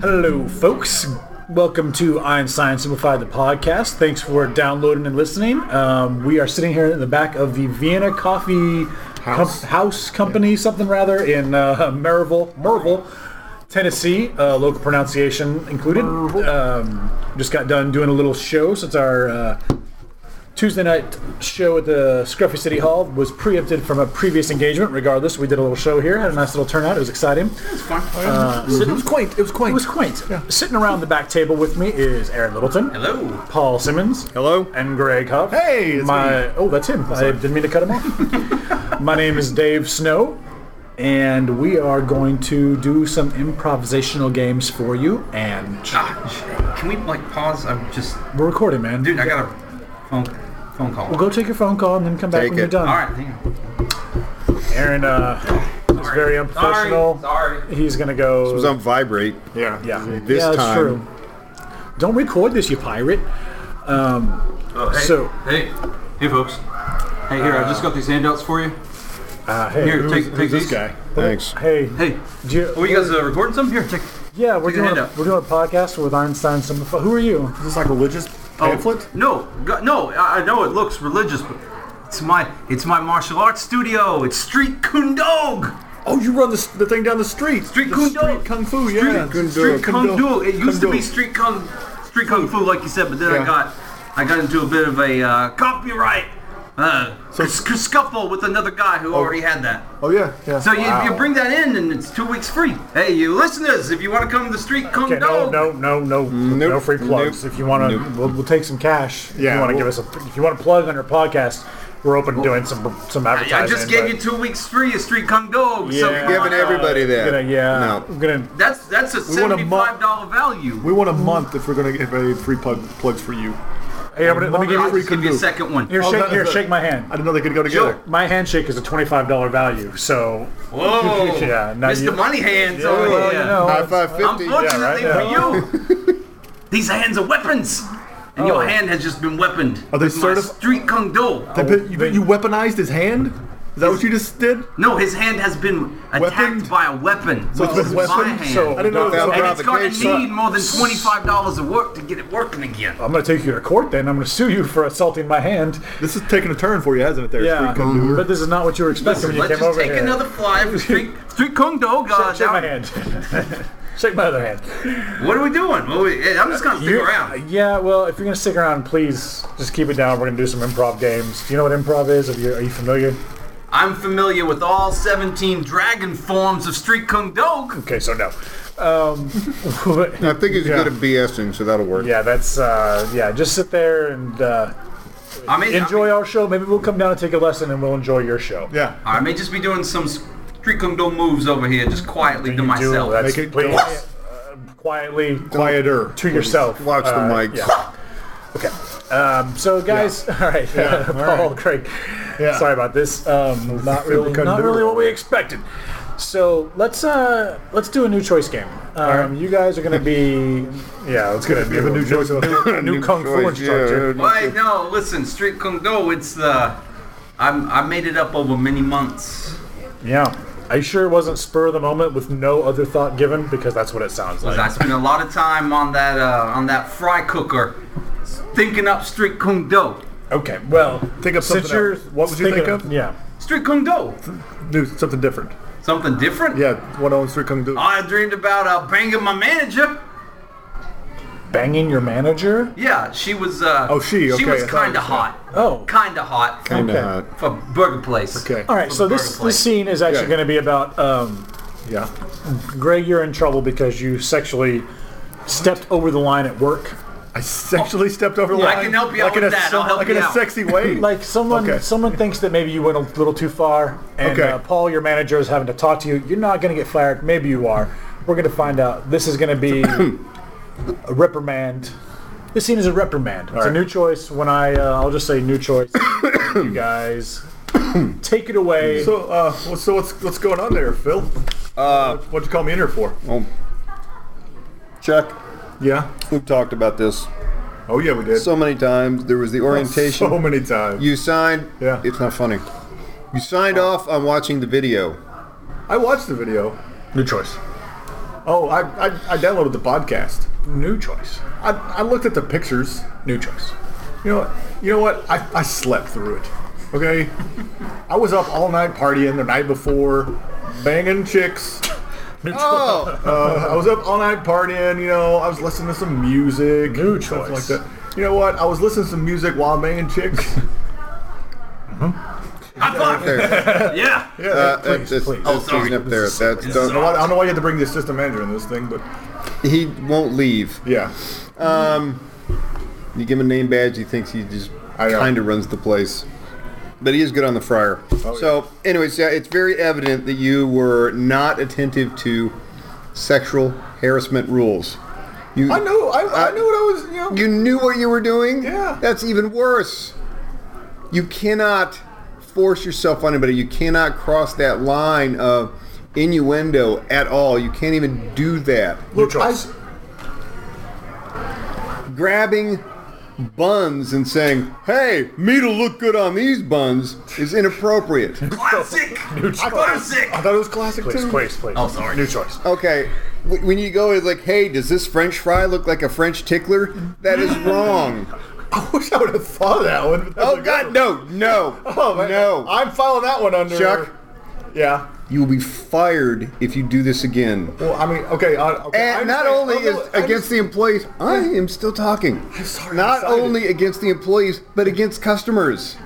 Hello, folks. Welcome to Iron Science Simplified, the podcast. Thanks for downloading and listening. Um, we are sitting here in the back of the Vienna Coffee House. House Company, something rather, in uh, Maryville, Maryville, Tennessee. Uh, local pronunciation included. Um, just got done doing a little show since our uh, Tuesday night show at the Scruffy City Hall was preempted from a previous engagement. Regardless, we did a little show here. Had a nice little turnout. It was exciting. It was quaint. It was quaint. It was quaint. Sitting around the back table with me is Aaron Littleton. Hello. Paul Simmons. Hello. And Greg Huff. Hey, it's my oh, that's him. I didn't mean to cut him off. my name is Dave Snow, and we are going to do some improvisational games for you. And Ah, can we like pause? I'm just we're recording, man. dude. I got a phone phone call. Go take your phone call and then come back Take when you're it. done. All right, hang on. Aaron uh, is very unprofessional. Sorry. sorry. He's gonna go. It was on vibrate. Yeah. yeah, This yeah, that's time- true. Don't record this, you pirate. Oh, hey, So- hey, hey, folks. Hey, here. I just got these handouts for you. Uh, hey, Here, take, take This these. guy. Thanks. hey, Hey, do you, oh, you guys uh, recording some? Here, take. Yeah, we're Take your doing, hand a, up. we're doing a podcast with Einstein. Some who are you? Is this like religious pamphlet? No, go- no. I I know it looks religious, but it's my it's my martial arts studio. It's Street Kundog. Oh, you run the, the thing down the street. Street The Kung street Do. Kung Fu, yeah. Kung Do. Street Kung Do. It used to Kung be Do. Street Kung Street Kung Fu, like you said, but then I Yeah. got I got into a bit of a uh, copyright uh, s- s- scuffle with another guy who already had that. Oh, yeah, yeah. So you, you bring that in, and it's two weeks free. Hey, you listeners, if you want to come to the Street Kung Okay, no, Do, no, no, no, no Nope, free plugs. nope, If you want to, nope. we'll, we'll take some cash. if Yeah, you want to we'll- give us a, if you want to plug on your podcast, we're open to doing some some advertising. I just gave but- you two weeks free of Street Kung Do. so Yeah. come Giving on out. everybody I'm that. gonna, yeah, No. I'm gonna. That's that's a want a mo- seventy-five dollar value. we want a month if we're going to give any free plug, plugs for you. Hey, I'm gonna let me give I'll you. Free just give Kung you a Do. second one. Here, Oh, shake, that- here, that- shake my hand. I didn't know they could go together. My handshake is a twenty-five dollar value. So, Whoa, Yeah, now Mr. you- Money Hands. over well, here. you know, High five fifty. Unfortunately yeah, right? for you, these hands are weapons, and Oh. your hand has just been weaponed. Are they with my certif- Street Kung Do. They put- you, they- you weaponized his hand? Is that what you just did? No, his hand has been attacked Weaponed? by a weapon. So it's which been was my weaponed? hand. So- I didn't know. Without it and was- it's going to provocation. need uh, more than twenty-five dollars of work to get it working again. I'm gonna take you to court. Then I'm gonna sue you for assaulting my hand. This is taking a turn for you, hasn't it? There, Yeah, Street Kung Do. Mm-hmm. but this is not what you were expecting Um, Listen, when you let's came just over take here. another fly for Street, street Kung Do. God, shake my now- hand. shake my other hand. What are we doing? What are we- I'm just going to stick You- around. Yeah, well, if you're gonna stick around, please just keep it down. We're gonna do some improv games. Do you know what improv is? Are you, are you familiar? I'm familiar with all 17 dragon forms of Street Kung Do. Okay, so no. Um, but- I think he's Yeah. good at BSing, so that'll work. yeah, that's uh, yeah. Just sit there and uh, I mean, I enjoy our show. Maybe we'll come down and take a lesson, and we'll enjoy your show. Yeah. I may just be doing some Street Kung Do moves over here, just quietly to You do myself. that's Make it please, go- uh, quietly Quieter. to yourself. Watch the Uh, mics. yeah. Okay. Um, so guys, all right, Paul, Craig, Yeah. sorry about this. Um, not really, couldn't not do really it. what we expected. So let's uh, let's do a new choice game. Um, You guys are gonna be yeah, it's gonna be Give a new choice. a new kung fu choice, instructor. yeah. Why no? Listen, Street Kung Do. It's the I'm, I made it up over many months. Yeah. Are you sure it wasn't spur of the moment with no other thought given? Because that's what it sounds like. I spent a lot of time on that uh, on that fry cooker, thinking up Street Kung Do. Okay. Well, Think of since something you're else. What would you think thinking of? Yeah. Street Kung Do. Do something different. Something different. Yeah, one on Street Kung Do. I dreamed about uh, banging my manager. Banging your manager. Yeah, she was. Uh, Oh, she, She okay, was I thought kind of it was hot. Oh. Kind of hot. Kinda Okay. hot. For burger place. Okay. All right. So this Burger this scene is actually Yeah. going to be about um, Yeah. Greg, you're in trouble because you sexually stepped over the line at work. I sexually stepped over the line. I can help you like out in with a, that. I'll help like you in out. a sexy way. Like someone, Okay. someone thinks that maybe you went a little too far, and Okay. uh, Paul, your manager, is having to talk to you. You're not going to get fired. Maybe you are. We're going to find out. This is going to be a reprimand. This scene is a reprimand. it's right. a new choice. When I, uh, I'll just say new choice. you guys, take it away. so, uh, well, so what's what's going on there, Phil? Uh, what'd you call me in here for? Oh. Chuck, Yeah. we've talked about this Oh yeah, we did. so many times. There was the orientation. So many times. You signed. Yeah. It's not funny. You signed off on watching the video. I watched the video. new choice. Oh, I, I, I downloaded the podcast. New choice. I, I looked at the pictures. New choice. You know, you know what? I, I slept through it. Okay, I was up all night partying the night before, banging chicks. Oh, Uh, I was up all night partying. You know, I was listening to some music. New stuff choice. like that. You know what? I was listening to some music while banging chicks. High five! there. Yeah. yeah. Uh, Please, that's- please. that's Oh, even up there. sorry. That's This I don't, know done. why, I don't know why you had to bring the assistant manager in this thing, but He won't leave. yeah. You give him a name badge, he thinks he just I know. Oh, kind of runs the place. But he is good on the fryer. so, anyways, yeah, it's very evident that you were not attentive to sexual harassment rules. You, I know. I, Uh, I knew what I was. You know. You knew what you were doing? Yeah. That's even worse. You cannot force yourself on anybody. You cannot cross that line of innuendo at all. You can't even do that. New choice. grabbing buns and saying, "Hey, meat'll look good on these buns" is inappropriate. Classic. choice. Classic. I thought it was classic Please, too. please, please. Oh, sorry. New choice. Okay, wh- when you go, it's like, "Hey, does this French fry look like a French tickler?" That is wrong. I wish I would have thought of that one. but that's a oh good God, one. no, no, Oh, man. no, I'm filing that one under. Chuck. Yeah. You will be fired if you do this again. Well, I mean, okay. I, okay I And not understand. only Oh, no, is I against the employees, I am still talking. I'm sorry, I'm Not excited. only against the employees, but against customers.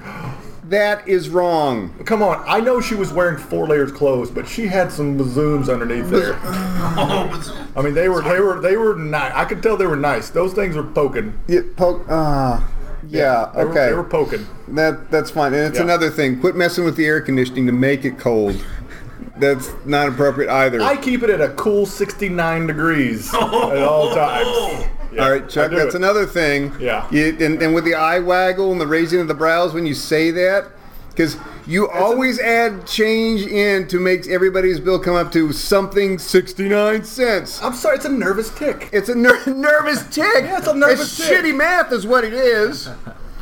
That is wrong. just- come on. I know she was wearing four layers clothes, but she had some bazooms underneath there. Oh, but- I mean, they were they were they were nice. I could tell they were nice. Those things were poking. Yeah, poke. Ah, yeah. They were- okay. they were poking. that that's fine. And it's Yeah. another thing. Quit messing with the air conditioning to make it cold. that's not appropriate either. I keep it at a cool 69 degrees at all times. Yeah, All right, I Chuck. do That's it. another thing. Yeah. You, and, and with the eye waggle and the raising of the brows when you say that, because you always add change in to make everybody's bill come up to something sixty nine cents. I'm sorry, it's a nervous tick. It's a ner- nervous tick. Yeah, it's a nervous It's tick. Shitty math is what it is.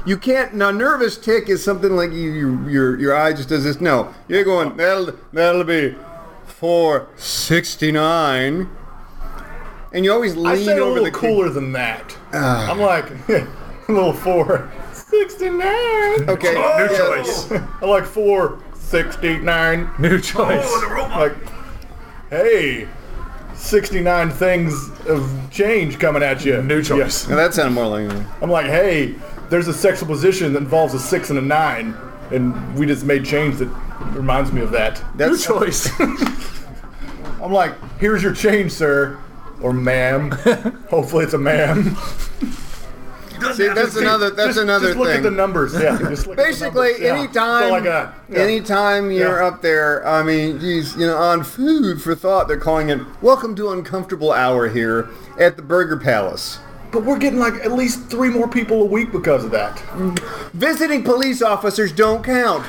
You can't. Now, nervous tick is something like you, you your your eye just does this. No, you're going. That'll that'll be four sixty nine. And you always lean I say it a over little the cooler than that. Ah. I'm like a little four 69. Okay. New yeah. choice. I like four 69. New choice. Oh, the robot. Like, hey, 69 things of change coming at you. New choice. Now, that sounded more like. I'm like, hey, there's a sexual position that involves a six and a nine, and we just made change that reminds me of that. New That's choice. I'm like, here's your change, sir, or ma'am. Hopefully, it's a ma'am. Doesn't see, have to that's be- another. That's just, another just look at thing. the numbers. Yeah. Just look Basically, at the numbers. yeah. anytime, So like a, yeah. anytime you're Yeah. up there, I mean, geez, you know, on food for thought, they're calling it "Welcome to Uncomfortable Hour" here at the Burger Palace. But we're getting like at least three more people a week because of that. Visiting police officers don't count.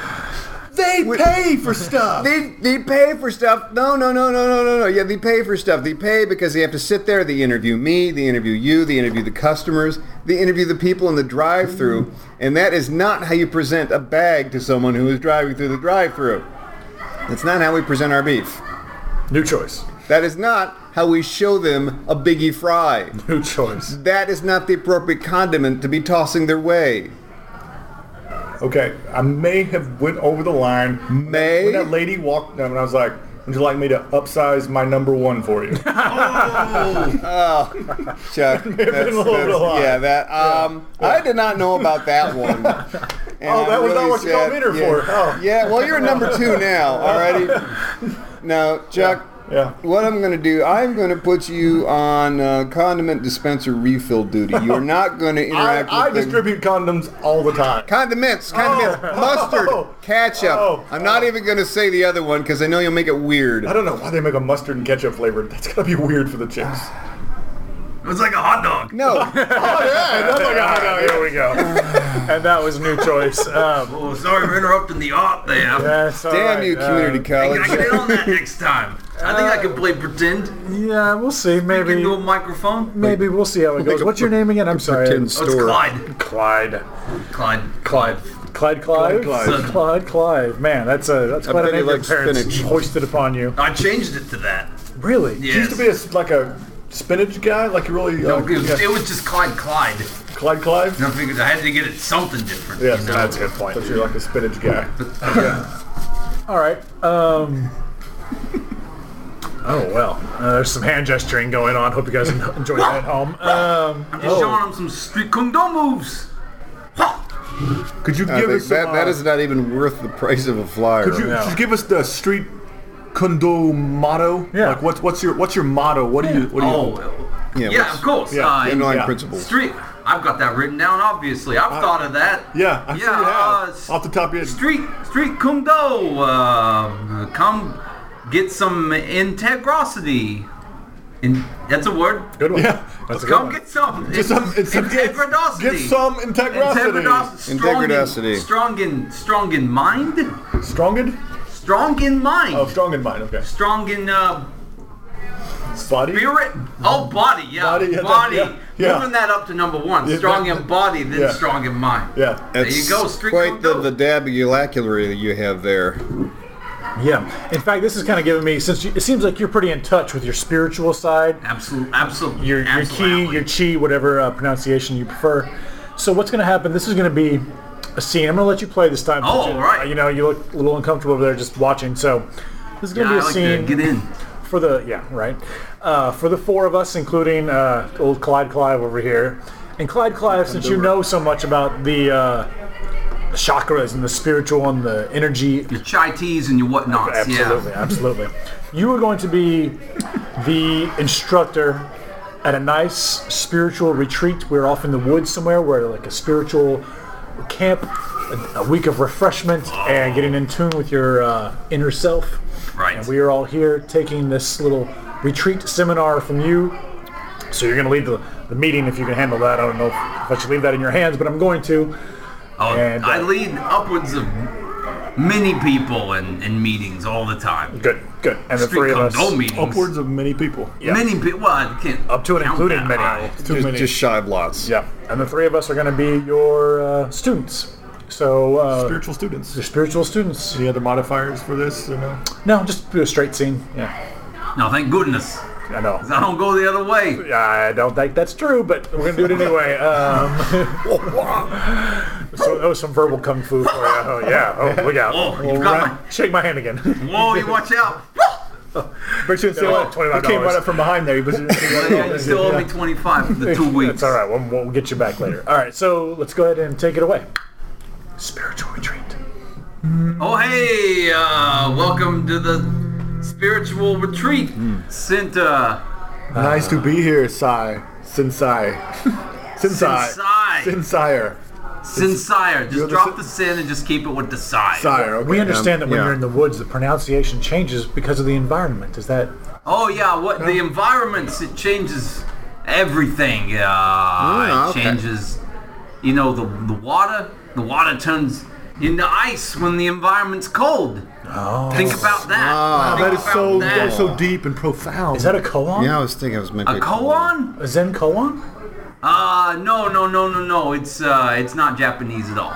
They pay for stuff. They they pay for stuff. No, no, no, no, no, no, no. Yeah, they pay for stuff. They pay because they have to sit there. They interview me. They interview you. They interview the customers. They interview the people in the drive-through. And that is not how you present a bag to someone who is driving through the drive-through. That's not how we present our beef. New choice. That is not how we show them a biggie fry. New choice. That is not the appropriate condiment to be tossing their way. okay, I may have went over the line. May? When that lady walked up, and I was like, "Would you like me to upsize my number one for you?" Chuck. that's- been a little that's- lot. yeah, that. Um, I did not know about that one. Oh, that was not what you called me here for. Oh. Yeah, well, you're number two now. Alrighty. Now, Chuck. yeah. What I'm going to do, I'm going to put you on uh, condiment dispenser refill duty. You're not going to I, interact I with the- distribute condoms all the time. condiments, condiments, Oh. mustard, Oh. ketchup. Oh. I'm not even going to say the other one because I know you'll make it weird. I don't know why they make a mustard and ketchup flavored. That's gotta be weird for the chips. It was like a hot dog. Oh, No, that's like a hot dog. Here we go. and that was new choice. Um, Oh, sorry for interrupting the art there. that's all Oh, damn right. you, Uh, community I college. can get on that next time. I think I can play pretend. Uh, yeah, we'll see. Maybe Maybe. into a microphone. Maybe we'll see how it goes. What's your name again? I'm sorry. Pretend Oh, it's store. Clyde. Clyde. Clyde. Clyde. Clyde Clive? Clyde Clyde Clive. Clive. Man, that's a that's quite bet a he name your likes parents spinach. hoisted upon you. I changed it to that. Really? He used to be a s like a spinach guy, like he really No, uh, it, was, yeah, it was just Clyde Clyde. Clyde Clive. And I figured I had to get it something different. Yeah, you know? that's a good point. But you're like a spinach guy. All right. Um. oh well. Uh, there's some hand gesturing going on. Hope you guys en- enjoyed that at home. Um, I'm just Oh. showing him some street kung do moves. Could you I give think us that, some, that uh, is not even worth the price of a flyer. Could you, No. could you give us the street kundo motto? Yeah. Like what's what's your what's your motto? What do you what do you? Oh, Yeah, yeah, what's- of course. yeah, uh, the Underlying Yeah. principles. street. I've got that written down. Obviously, I've Ah. thought of that. Yeah, I'm yeah. sure you uh, have. s- Off the top of your head. street, street kung do. Uh, come get some integrosity. In, that's a word. good one. Yeah. That's a good Come one. get some. Get some, in- it's- integridosity. Get some Integridos- integrity. strong in- Integridosity. Strong in, strong in mind. Strong in? Strong in mind. Oh, strong in mind. Okay. Strong in uh, Body. spirit. Oh, body. Yeah, Body, body. yeah, that- yeah, yeah. Moving that up to number one. Yeah, strong that- in body, then yeah. strong in mind. Yeah. There That's you go. Street quite the, kung the do. dabulaculary that you have there. Yeah. In fact, this is kind of giving me since you, it seems like you're pretty in touch with your spiritual side, Absolute, absolute, your your absolutely. ki, your chi, whatever uh, pronunciation you prefer. So what's going to happen? This is going to be a scene. I'm going to let you play this time. Oh, you, all right. You know, you look a little uncomfortable over there just watching. So this is going Yeah, to I be a like scene. to get in. for the yeah right uh, for the four of us including uh, old clyde clive over here and clyde clive since you know so much about the uh, chakras and the spiritual and the energy Your chai teas and your whatnots. absolutely Yeah. absolutely you are going to be the instructor at a nice spiritual retreat we're off in the woods somewhere where like a spiritual camp a, a week of refreshment and getting in tune with your uh, inner self Right. and we are all here taking this little retreat seminar from you. So you're going to lead the, the meeting if you can handle that. I don't know if I should leave that in your hands, but I'm going to. Oh, And, uh, I lead upwards of many people in, in meetings all the time. Good, good. And the Street three of us. condo meetings. Upwards of many people. yeah. Many people. Well, I can't Up to and count including that many. high. Too Just, many. just shy of lots. Yeah. And the three of us are going to be your uh, students. So, uh, spiritual students. your spiritual students. Any other modifiers for this? Or no? No, just do a straight scene. Yeah. No, thank goodness. I know. I don't go the other way. I don't think that's true, but we're gonna do it anyway. Um, so that was some verbal kung fu for you. Oh yeah. Oh look out. Oh, you've got right. Shake my hand again. my. Whoa, you watch out. But you didn't say Yeah, what? $25. It came right up from behind there. You but you didn't say what- Yeah, you still owe me 25 for the two weeks. That's all right. We'll, we'll get you back later. All right. So let's go ahead and take it away. Spiritual retreat. Oh, hey, uh, welcome to the spiritual retreat. Sent, uh, Nice to be here, Sai. Sensei. Sensei. Sensei. Sensei. Sensei. You're Just the sen- drop the sin and just keep it with the sire. Sire. Okay. um, We understand that when yeah. you're in the woods, the pronunciation changes because of the environment. Is that? Oh, yeah, what the environments, it changes everything. Uh, Ah, it okay. changes, you know, the, the water. The water turns into ice when the environment's cold. Think about that. Wow. Think Oh. Ah, that is about so that that. is so deep and profound. Is that a koan? Yeah, I was thinking I was meant A to. koan? A Zen koan? Uh, no, no, no, no, no. It's uh, it's not Japanese at all.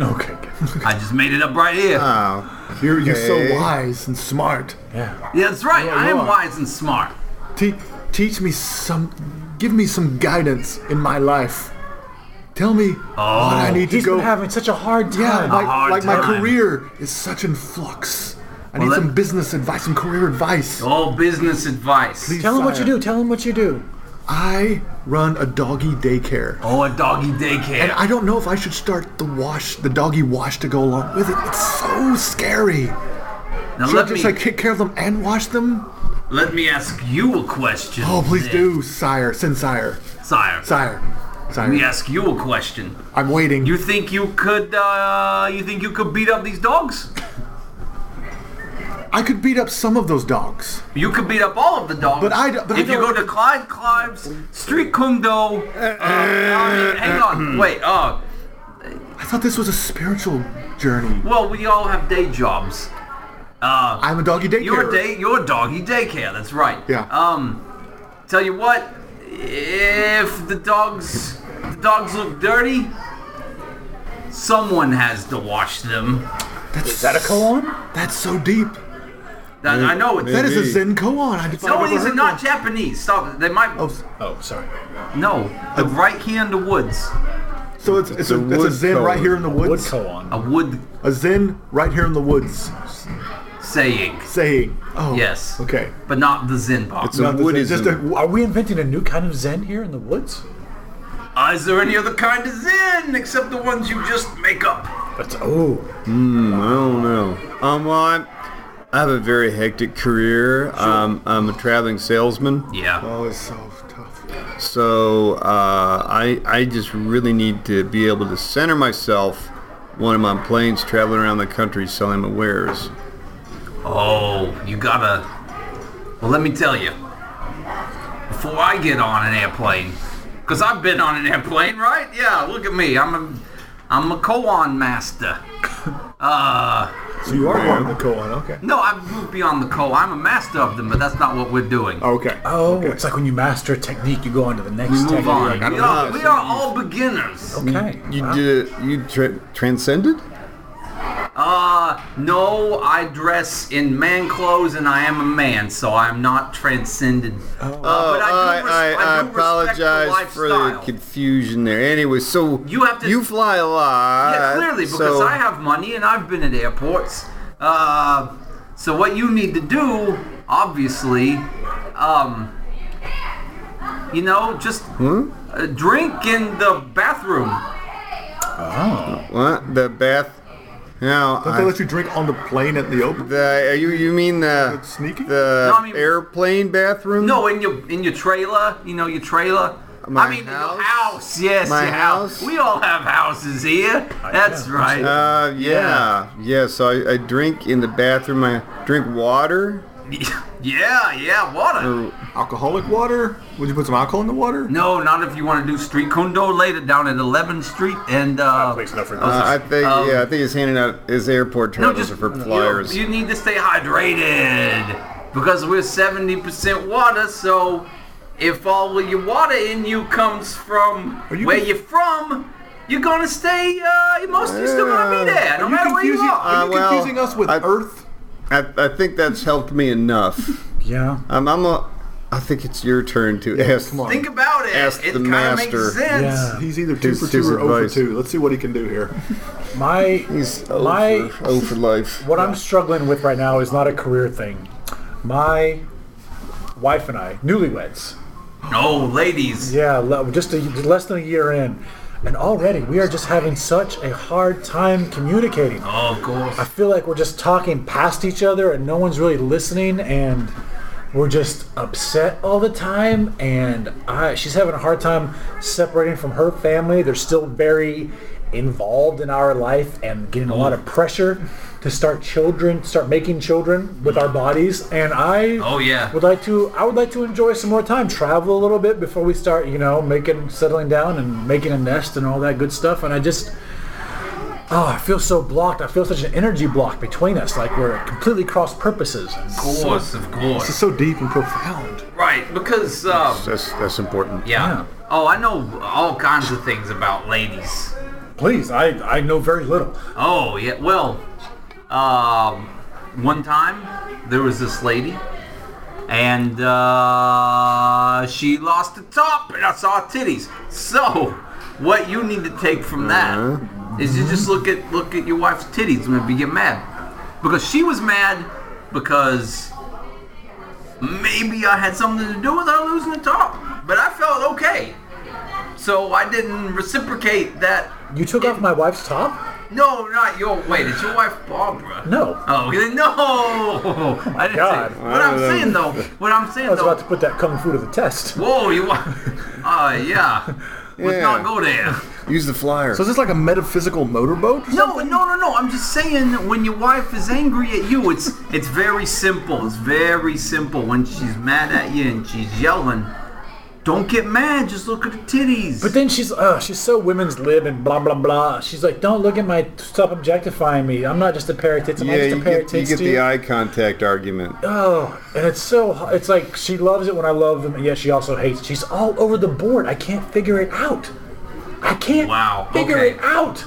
Okay. good. I just made it up right here. Oh, Ah. Wow. You're, you're so Okay. wise and smart. Yeah. yeah, that's right. I you am are. wise and smart. Te- teach me some, give me some guidance in my life. Tell me what I need He's to go. been having such a Oh. hard yeah, time. my, hard like my time. career is such in flux. I need let- some business advice, some career advice. All business advice. Please. Tell him what you do. Tell him what you do. I run a doggy daycare. Oh, a doggy daycare. And I don't know if I should start the wash, the doggy wash to go along with it. It's so scary. now Should I let me just like take care of them and wash them? let me ask you a question. Oh, please then, do, sire, sensire, sire. sire, sire. Let me ask you a question. I'm waiting. You think you could uh, you think you could beat up these dogs? I could beat up some of those dogs. You could beat up all of the dogs. But I d- but I if you go don't- to Clyde Clive's Street Kung Do, uh, I mean, hang on, wait. Uh, I thought this was a spiritual journey. well, we all have day jobs. I'm a doggy daycare. Your day, your doggy daycare. That's right. Yeah. Um, tell you what, if the dogs, the dogs look dirty, someone has to wash them. That's, Is that a koan? That's so deep. That, I know it's. That is Maybe. a Zenko on. I No, these are not Japanese. Stop it. They might. Oh, sorry. No, they're right here in the woods. So it's it's, The a, it's a wood Zen right color. here in the Wood woods. A koan. wood A Zen right here in the woods saying, saying. Oh. Yes. Okay. but not the Zen part. It's a Not the Zen, woodism. just a, Are we inventing a new kind of Zen here in the woods? Uh, is there any other kind of Zen except the ones you just make up? That's oh, I don't know. Um, well, I'm, I have a very hectic career. Um, I'm a traveling salesman, Yeah. oh, it's so tough. so uh, I I just really need to be able to center myself when I'm on planes traveling around the country selling my wares. Oh, you gotta. Well, let me tell you. Before I get on an airplane, because I've been on an airplane, right? Yeah. Look at me. I'm a, I'm a koan master. So you are wearing the koan. Okay. No, I've moved beyond the koan. I'm a master of them, but that's not what we're doing. Okay. oh! It's like when you master a technique, you go on to the next. We move technique. on. You're We like, are, we are all beginners. Okay. You Wow. did you tra- transcended? Uh, no, I dress in man clothes and I am a man, so I'm not transcended. Oh, but I, res- I, I do respect your apologize for the lifestyle. confusion there. Anyway, so You have to- you fly a lot. Yeah, clearly, because so- I have money and I've been at airports. Uh, so what you need to do, obviously, um, you know, just Hmm? uh, drink in the bathroom. what the bath. Now Don't I- they let you drink on the plane at the open? The are you you mean the Sneaky? the No, I mean- airplane bathroom? No, in your in your trailer, you know your trailer. My I mean your house? house. Yes, My your house. house? We all have houses here. That's yeah. right. Uh, yeah, yeah. so I, I drink in the bathroom. I drink water. yeah, yeah, water. Or, Alcoholic water? Would you put some alcohol in the water? No, not if you want to do street condo later down at 11th Street and uh, Place enough for uh, I think Um, yeah, I think it's handing out his airport no, terminals just are for flyers. You, you need to stay hydrated because we're 70% water. So if all of your water in you comes from Are you where conf- you're from, you're gonna stay. Uh, you most you're still gonna be there, Yeah. no Are you matter where you confusing- are. Are Uh, you well, confusing us with I- Earth? I, I think that's helped me enough. yeah. I'm, I'm a. I think it's your turn to ask. come on. Think about it. Ask it the kind of makes master. sense. Yeah. He's either two His- for two his or over advice. two. Let's see what he can do here. My He's oh my for, oh for life. What I'm struggling with right now is not a career thing. My wife and I, newlyweds, Oh, ladies. yeah, le- just a, less than a year in, and already we are just having such a hard time communicating. I Oh, of course. feel like we're just talking past each other, and no one's really listening, and we're just upset all the time. And I, she's having a hard time separating from her family. They're still very involved in our life and getting a lot of pressure to start children, start making children with our bodies. And I, Oh, yeah. would like to. I would like to enjoy some more time, travel a little bit before we start, you know, making, settling down, and making a nest and all that good stuff. And I just. Oh, I feel so blocked. I feel such an energy block between us, like we're completely cross purposes. Of course, of It's course. so deep and profound. Right, because um, That's that's important. yeah. Yeah. Oh, I know all kinds of things about ladies. Please, I, I know very little. Oh yeah. Well, um, one time there was this lady, and uh, she lost the top, and I saw her titties. So, what you need to take from that is you just look at look at your wife's titties whenever you get mad, because she was mad because maybe I had something to do with her losing the top, but I felt okay. So I didn't reciprocate that You took off my wife's top? no, not your. Wait, it's your wife Barbara. No. Oh, Oh okay, no! I didn't God. say. What I'm saying though. What I'm saying I was though. about to put that kung fu to the test. Whoa, you. wa- Uh, yeah. Let's Yeah. not go there. Use the flyer. So is this like a metaphysical motorboat? No, no, no, no. I'm just saying that when your wife is angry at you, it's it's very simple. It's very simple. When she's mad at you and she's yelling, don't get mad. Just look at her titties. But then she's uh, she's so women's lib and blah blah blah. She's like, don't look at my stop objectifying me. I'm not just a pair of tits. I'm yeah, not just you a pair get, of you tits. get to the you." eye contact argument. Oh, and it's so h- it's like she loves it when I love them, and yet she also hates. She's all over the board. I can't figure it out. I can't Wow, figure okay. it out.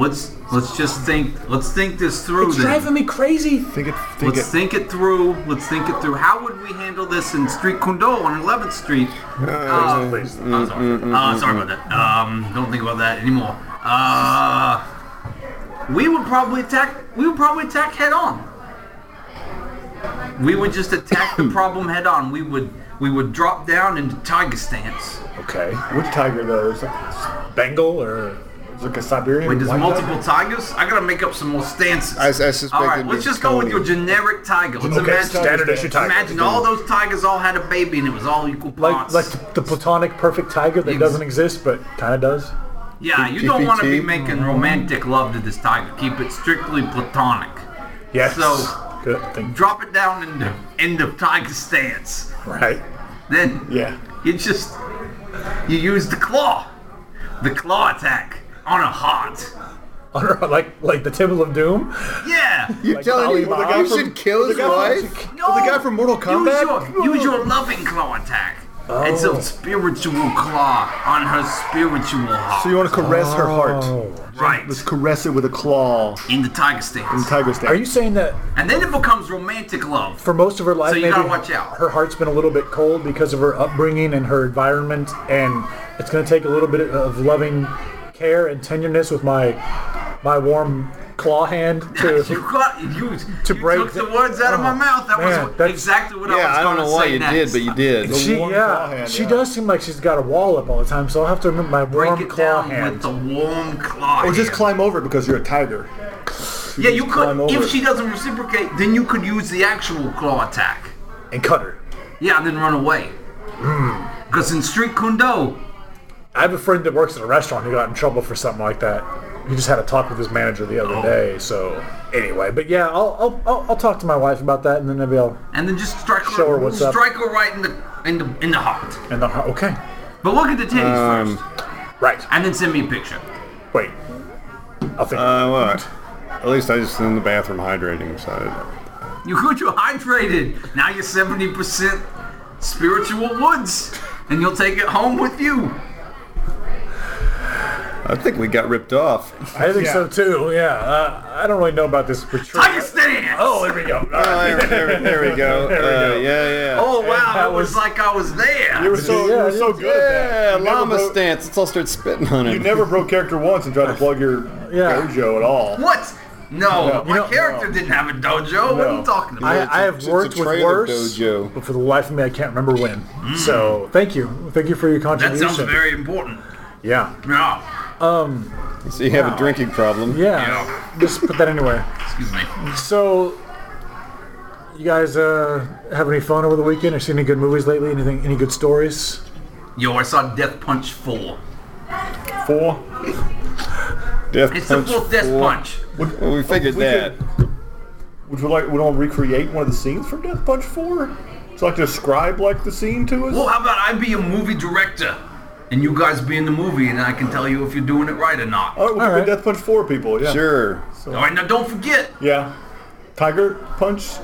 What's Let's just think. Let's think this through. It's then. driving me crazy. Think it. Think Let's it. think it through. Let's think it through. How would we handle this in Street Kundo on 11th Street? Uh, Please. I'm sorry. Uh, sorry about that. Um, don't think about that anymore. Uh, we would probably attack. We would probably attack head on. We would just attack the problem head on. We would we would drop down into tiger stance. Okay. Which tiger though? Is it Bengal or is it like a Siberian? Wait, there's white multiple tigers. I gotta make up some more stances. I, I suspect. all right, it'd let's be just go with Tony. your generic tiger. Let's Okay, imagine, standard issue tiger. imagine all those tigers all had a baby and it was all equal like parts. like the platonic perfect tiger that Ex- doesn't exist but kind of does? yeah, you don't want to be GPT? making romantic love to this tiger. Keep it strictly platonic. Yes. So- good thing. Drop it down into into tiger stance. Right. Then Yeah. you just you use the claw, the claw attack on a heart. like like the Temple of Doom. Yeah. You're Like telling me Dolly Bob. you should kill his guy from- wife? No. Oh, The guy from Mortal Kombat? Oh. Use your, use your loving claw attack. It's a spiritual claw on her spiritual heart. So you want to caress her Oh. heart? Oh. right. Let's caress it with a claw. In the tiger stance. Tiger style. Are you saying that and then it becomes romantic love. for most of her life, So you maybe gotta watch out. her heart's been a little bit cold because of her upbringing and her environment, and it's going to take a little bit of loving care and tenderness with my my warm claw hand You to. got you, you break took the the- words out of my oh, mouth. That man, was that's- exactly what Yeah, I I was don't know why going you to say did, next. but you did. She, warm yeah, claw hand, she yeah. does seem like she's got a wall up all the time, so I'll have to remember my Break warm it claw down hand. with the warm claw. Or just hand. climb over it because you're a tiger. Yeah, you could. climb over If it. she doesn't reciprocate, then you could use the actual claw attack. and cut her. Yeah, and then run away. Hmm. Because in Street Kundo, I have a friend that works at a restaurant who got in trouble for something like that. He just had a talk with his manager the other day. So anyway, but yeah, I'll I'll, I'll, I'll talk to my wife about that, and then maybe I'll and then just strike her, Show her what's up. strike her right in the in the in the heart. and then okay, But look at the titties Um, first, right? and then send me a picture. Wait, I'll think. Uh, what? At least I just in the bathroom hydrating, so. I- You good? You're hydrated. Now you're seventy percent spiritual woods, and you'll take it home with you. I think we got ripped off. I think yeah. so too. Yeah, uh, I don't really know about this retreat. Tiger stance. Oh, there we go. All Oh, right. there, there- there we go. There we Uh, go. yeah, yeah. Oh wow! that It was was- like I was there. You were so, you were so good at yeah, that. You never llama broke- stance. Let's all start spitting on You him. never broke character once and tried to plug your Yeah. dojo at all. What? No, No. my You know- character didn't have a dojo. What are No. you talking about? I, I have It's a worked with trailer worse, dojo. but for the life of me, I can't remember when. So thank you, thank you for your that contribution. sounds very important. yeah, Yeah. So you have a drinking problem. yeah. Just put that anywhere. Excuse me. So, you guys uh, have any fun over the weekend? Or seen any good movies lately? Anything? Any good stories? Yo, I saw Death Punch Four. Four. Death It's punch the full Death four. Punch. Would, Well, we figured We that. could- would you like? Would I recreate one of the scenes from Death Punch Four? So like describe like the scene to us. Well, how about I be a movie director, and you guys be in the movie, and I can tell you if you're doing it right or not. All right, we could Alright. be Death Punch Four people. Yeah. Sure. All right, now don't forget. Yeah. Tiger Punch.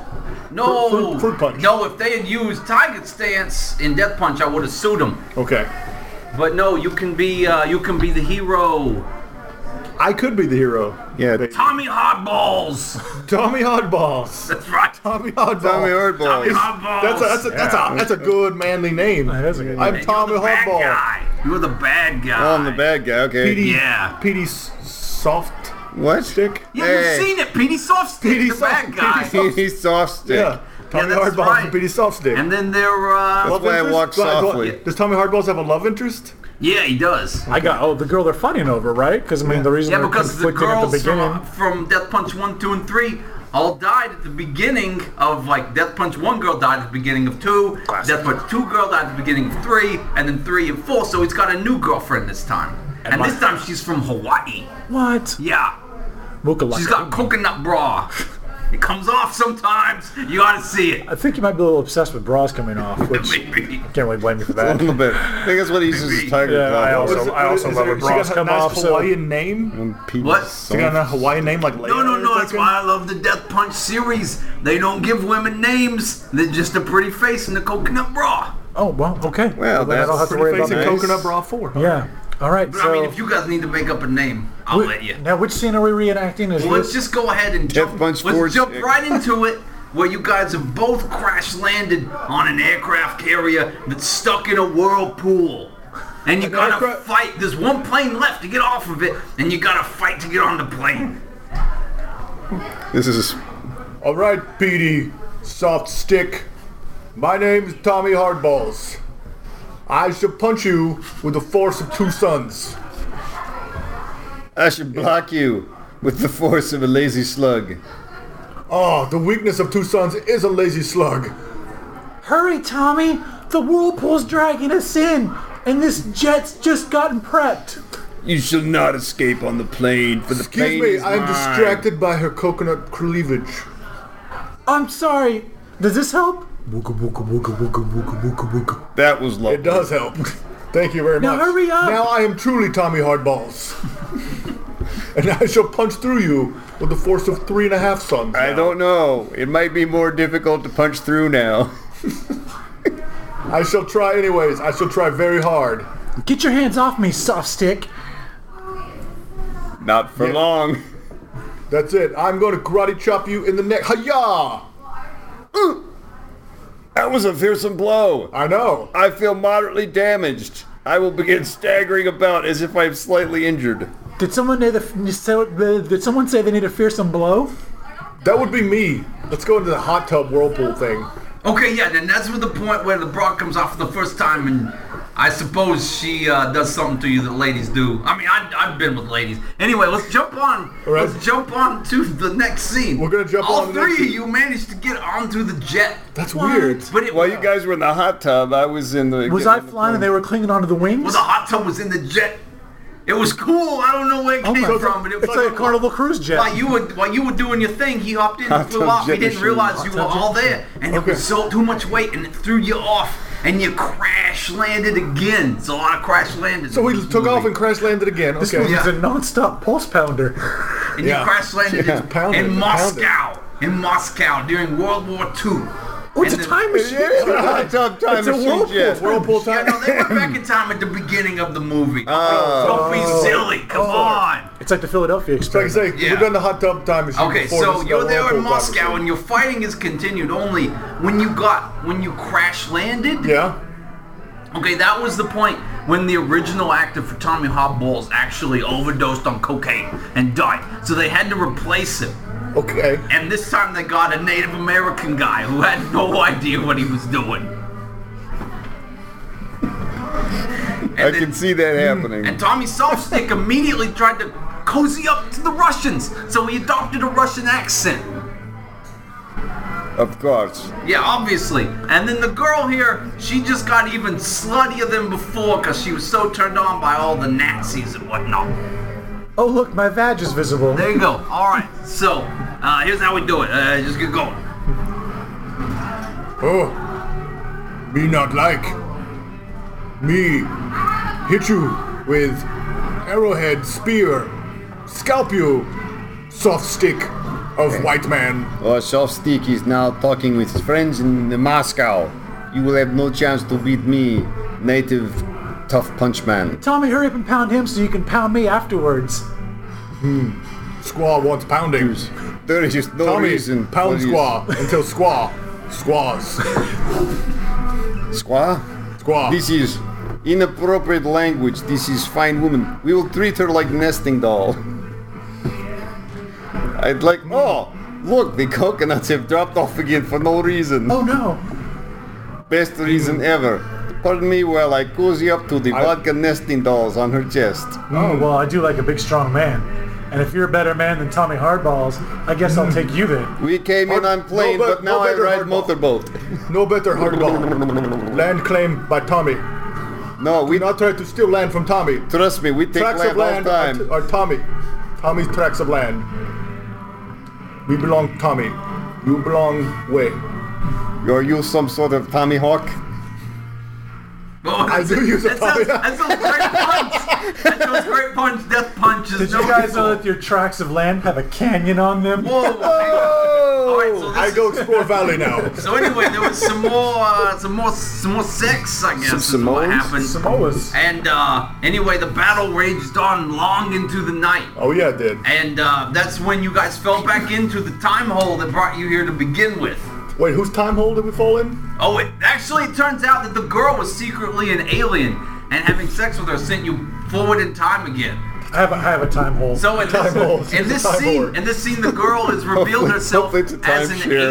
No. Fruit- fruit punch. No, if they had used Tiger Stance in Death Punch, I would have sued them. Okay. But no, you can be uh, you can be the hero. I could be the hero. Yeah. They- Tommy Hardballs. Tommy Oddballs. That's right. Tommy Tommy Oddballs. Tommy Hardballs. Hardballs. That's a that's a, that's a that's a good manly name. That is a good I'm name. Tommy You're the bad Hardball. guy. You're the bad guy. Oh, I'm the bad guy. Okay. PD. Yeah. PD Soft What? Stick. Yeah, Hey. you've seen it. Petey Softstick, Petey the bad Soft- guy. Petey PD soft stick. Yeah. Tommy that's Hardballs right. and PD Soft Stick. And then there, uh, That's why I walk Do do softly. does Tommy Hardballs have a love interest? yeah, he does. I got oh the girl they're fighting over, right? Because I mean the reason Yeah, they're because the conflicting at the girls beginning. from, from Death Punch 1, 2, and 3 all died at the beginning of, like, Death Punch 1 girl died at the beginning of 2, Death Punch 2 girl died at the beginning of 3, and then 3 and 4, so he's got a new girlfriend this time. And, my- this time she's from Hawaii. What? Yeah. Mukalaka. uh, She's got coconut bra. It comes off sometimes. You gotta see it. I think you might be a little obsessed with bras coming off, which I Maybe. can't really blame you for A that. little bit. I think that's what he uses his tiger Yeah, claw I for. also- Is it- I also is love there- when she got bras a come nice off, so- Hawaiian name. Um, PD What? She got a soft. Hawaiian name like No, no, no. That's why I love the Death Punch series. They don't give women names. They're just a pretty face and a coconut bra. Oh well, okay. Well, then I don't that's have to pretty worry about Face Nice. and that. Coconut Bra 4. Yeah. All right. But so I mean, if you guys need to make up a name, I'll Wh- let you. Now, which scene are we reenacting? Is Well, let's this? just go ahead and Jeff jump, Bunch let's Ford's- jump right into it where you guys have both crash landed on an aircraft carrier that's stuck in a whirlpool. And you gotta aircraft- fight. There's one plane left to get off of it, and you gotta fight to get on the plane. This is All right, PD, soft stick. My name's Tommy Hardballs. I shall punch you with the force of two suns. I should block you with the force of a lazy slug. Ah, the weakness of two suns is a lazy slug. Hurry, Tommy! The whirlpool's dragging us in, and this jet's just gotten prepped. You shall not escape on the plane, for the plane Excuse me, is I'm mine. distracted by her coconut cleavage. I'm sorry. Does this help? Wooga wooga wooga wooga wooga wooga wooga. That was lovely. It does help. Thank you very Now much. hurry up. Now I am truly Tommy Hardballs. and I shall punch through you with the force of three and a half suns. I don't know. It might be more difficult to punch through now. I shall try anyways. I shall try very hard. Get your hands off me, soft stick. Not for long. That's it. I'm going to karate chop you in the neck. Hiya! That was a fearsome blow. I know. I feel moderately damaged. I will begin staggering about as if I'm slightly injured. Did someone say the, so- the- did someone say they need a fearsome blow? That would be me. Let's go into the hot tub whirlpool thing. Okay, yeah, then that's with the point where the broad comes off for the first time, and I suppose she uh, does something to you that ladies do. I mean, I, I've been with ladies. Anyway, let's jump on. All right. Let's jump on to the next scene. We're gonna jump All on to the three next of scene. you managed to get onto the jet, That's What? weird. but it While you guys were in the hot tub, I was in the. Was I flying and they were clinging onto the Well, wings? the hot tub was in the jet. It was cool. I don't know where it Oh came my- from, but it was It's like a Carnival Cruise While jet. you were while you were doing your thing, he hopped in, and Hot flew tub off. We jet didn't machine. realize you were tub jet all there, and it Okay. was so too much weight, and it threw you off, and you crash landed again. It's a lot of crash landed. So we took off and crash landed again. This Okay. movie's Yeah. a non-stop pulse pounder. and yeah. you crash landed in- pounded, in pounded. Moscow. In Moscow during World War II. Oh, it's And a the- time machine. It's a hot tub time It's a machine whirlpool. jet. Whirlpool Yeah, time. no, they went back in time at the beginning of the movie. Oh. Don't be silly. Come on. It's like the Philadelphia Like I Experiment. say, Yeah. we're done the hot tub time machine. Okay, before so this uh, you're there in whirlpool Moscow conversation. and your fighting is continued only when you got when you crash landed. Yeah. Okay, that was the point when the original actor for Tommy Hobballs actually overdosed on cocaine and died. So they had to replace him. Okay. And this time they got a Native American guy who had no idea what he was doing. I can see that happening. And Tommy Softstick immediately tried to cozy up to the Russians, so he adopted a Russian accent. Of course. Yeah, obviously. And then the girl here, she just got even sluttier than before because she was so turned on by all the Nazis and whatnot. Oh, look, my vag is visible. There you go. All right. So uh, here's how we do it. Uh, just get going. Oh. Me not like. Me hit you with arrowhead, spear, scalp you, soft stick of white man. Orsovstik is now talking with his friends in Moscow. You will have no chance to beat me, native tough punch man. Tommy, hurry up and pound him so you can pound me afterwards. Squaw wants pounding. There is just no Tommy, reason. pound for you- squaw until squaw. Squaws. Squaw? Squaw. This is inappropriate language. This is fine woman. We will treat her like nesting doll. I'd like. Oh, look, the coconuts have dropped off again for no reason. Oh no. Best reason ever. Pardon me while I cozy up to the vodka nesting dolls on her chest. Oh Mm. well, I do like a big strong man. And if you're a better man than Tommy Hardballs, I guess Mm. I'll take you then. We came in on Hard- plane, no, but- but now no I better ride hardball. motorboat. No better hardball. land claim by Tommy. No, we Do not try to steal land from Tommy. trust me. We take Tracts of land all land are, time. are Tommy. Tommy's tracts of land. We belong Tommy. You belong way. Are you some sort of Tommy Hawk? Oh, I do use a That sounds, Tommy. that sounds great punch. That sounds great punch. Death punch is Did no you guys uh, equal. know that your tracts of land have a canyon on them? Whoa! hang on. All right, so this I is- go explore Valley now. So anyway, there was some more, uh, some more, some more sex, I guess, is what Samoans? happened. Samoa's. And uh, anyway, the battle raged on long into the night. Oh yeah, I did. And uh, that's when you guys fell back into the time hole that brought you here to begin with. Wait, whose time hole did we fall in? Oh, it actually it turns out that the girl was secretly an alien, and having sex with her sent you forward in time again. I have a, I have a time hole. So in Time hole. this, in this Time scene, horde. in this scene, the girl has revealed Hopefully- herself hopefully it's a as an timeshare.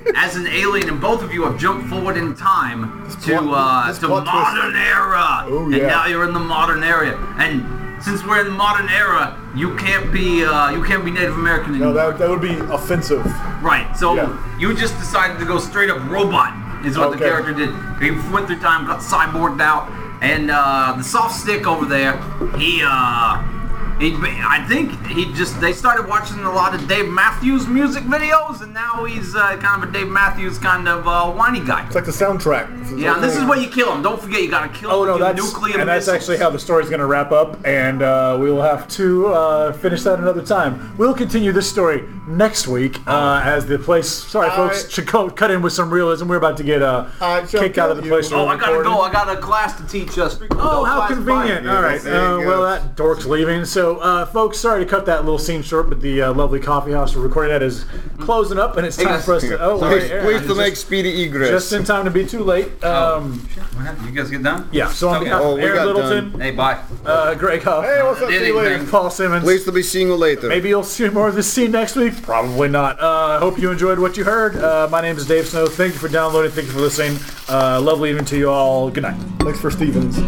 alien, as an alien, and both of you have jumped forward in time to plot- uh, this to plot twist. modern era, Oh, and yeah. now you're in the modern era. And since we're in the modern era, you can't be uh, you can't be Native American No, anymore, that, that would be offensive. right? So Yeah. you just decided to go straight up robot is what the Okay. character did. He went through time, got cyborged out, and uh, the soft stick over there, he uh. He'd be, I think he just they started watching a lot of Dave Matthews music videos, and now he's uh, kind of a Dave Matthews kind of uh, whiny guy. It's like the soundtrack. Yeah, and this is where you kill him. Don't forget, you gotta kill him. Oh with no, your that's nuclear and that's missiles. actually how the story's going to wrap up, and uh, we will have to uh, finish that another time. We'll continue this story next week uh, as the place. Sorry, I- folks, should co- cut in with some realism. We're about to get uh, I shall kicked out of kill the you. place. Oh, we're I gotta recording. go. I got a class to teach us. Oh, how convenient! All right, there you uh, go. well that dork's leaving. So, uh, folks, sorry to cut that little scene short, but the uh, lovely coffee house we're recording at is closing up, and it's time guys. for us to. Oh, Please, wait, Aaron, please to just- make speedy egress. just in time to be too late. Um, You guys get done? yeah. So on Oh, Okay. behalf Oh, of we Aaron got Littleton, Hey, bye. uh, Greg Huff, Hey, what's up? See you later. Anything. Paul Simmons. please to be seeing you later. Maybe you'll see more of this scene next week. Probably not. Uh, I hope you enjoyed what you heard. Uh, my name is Dave Snow. Thank you for downloading. Thank you for listening. Uh, lovely evening to you all. Good night. Thanks for Stevens.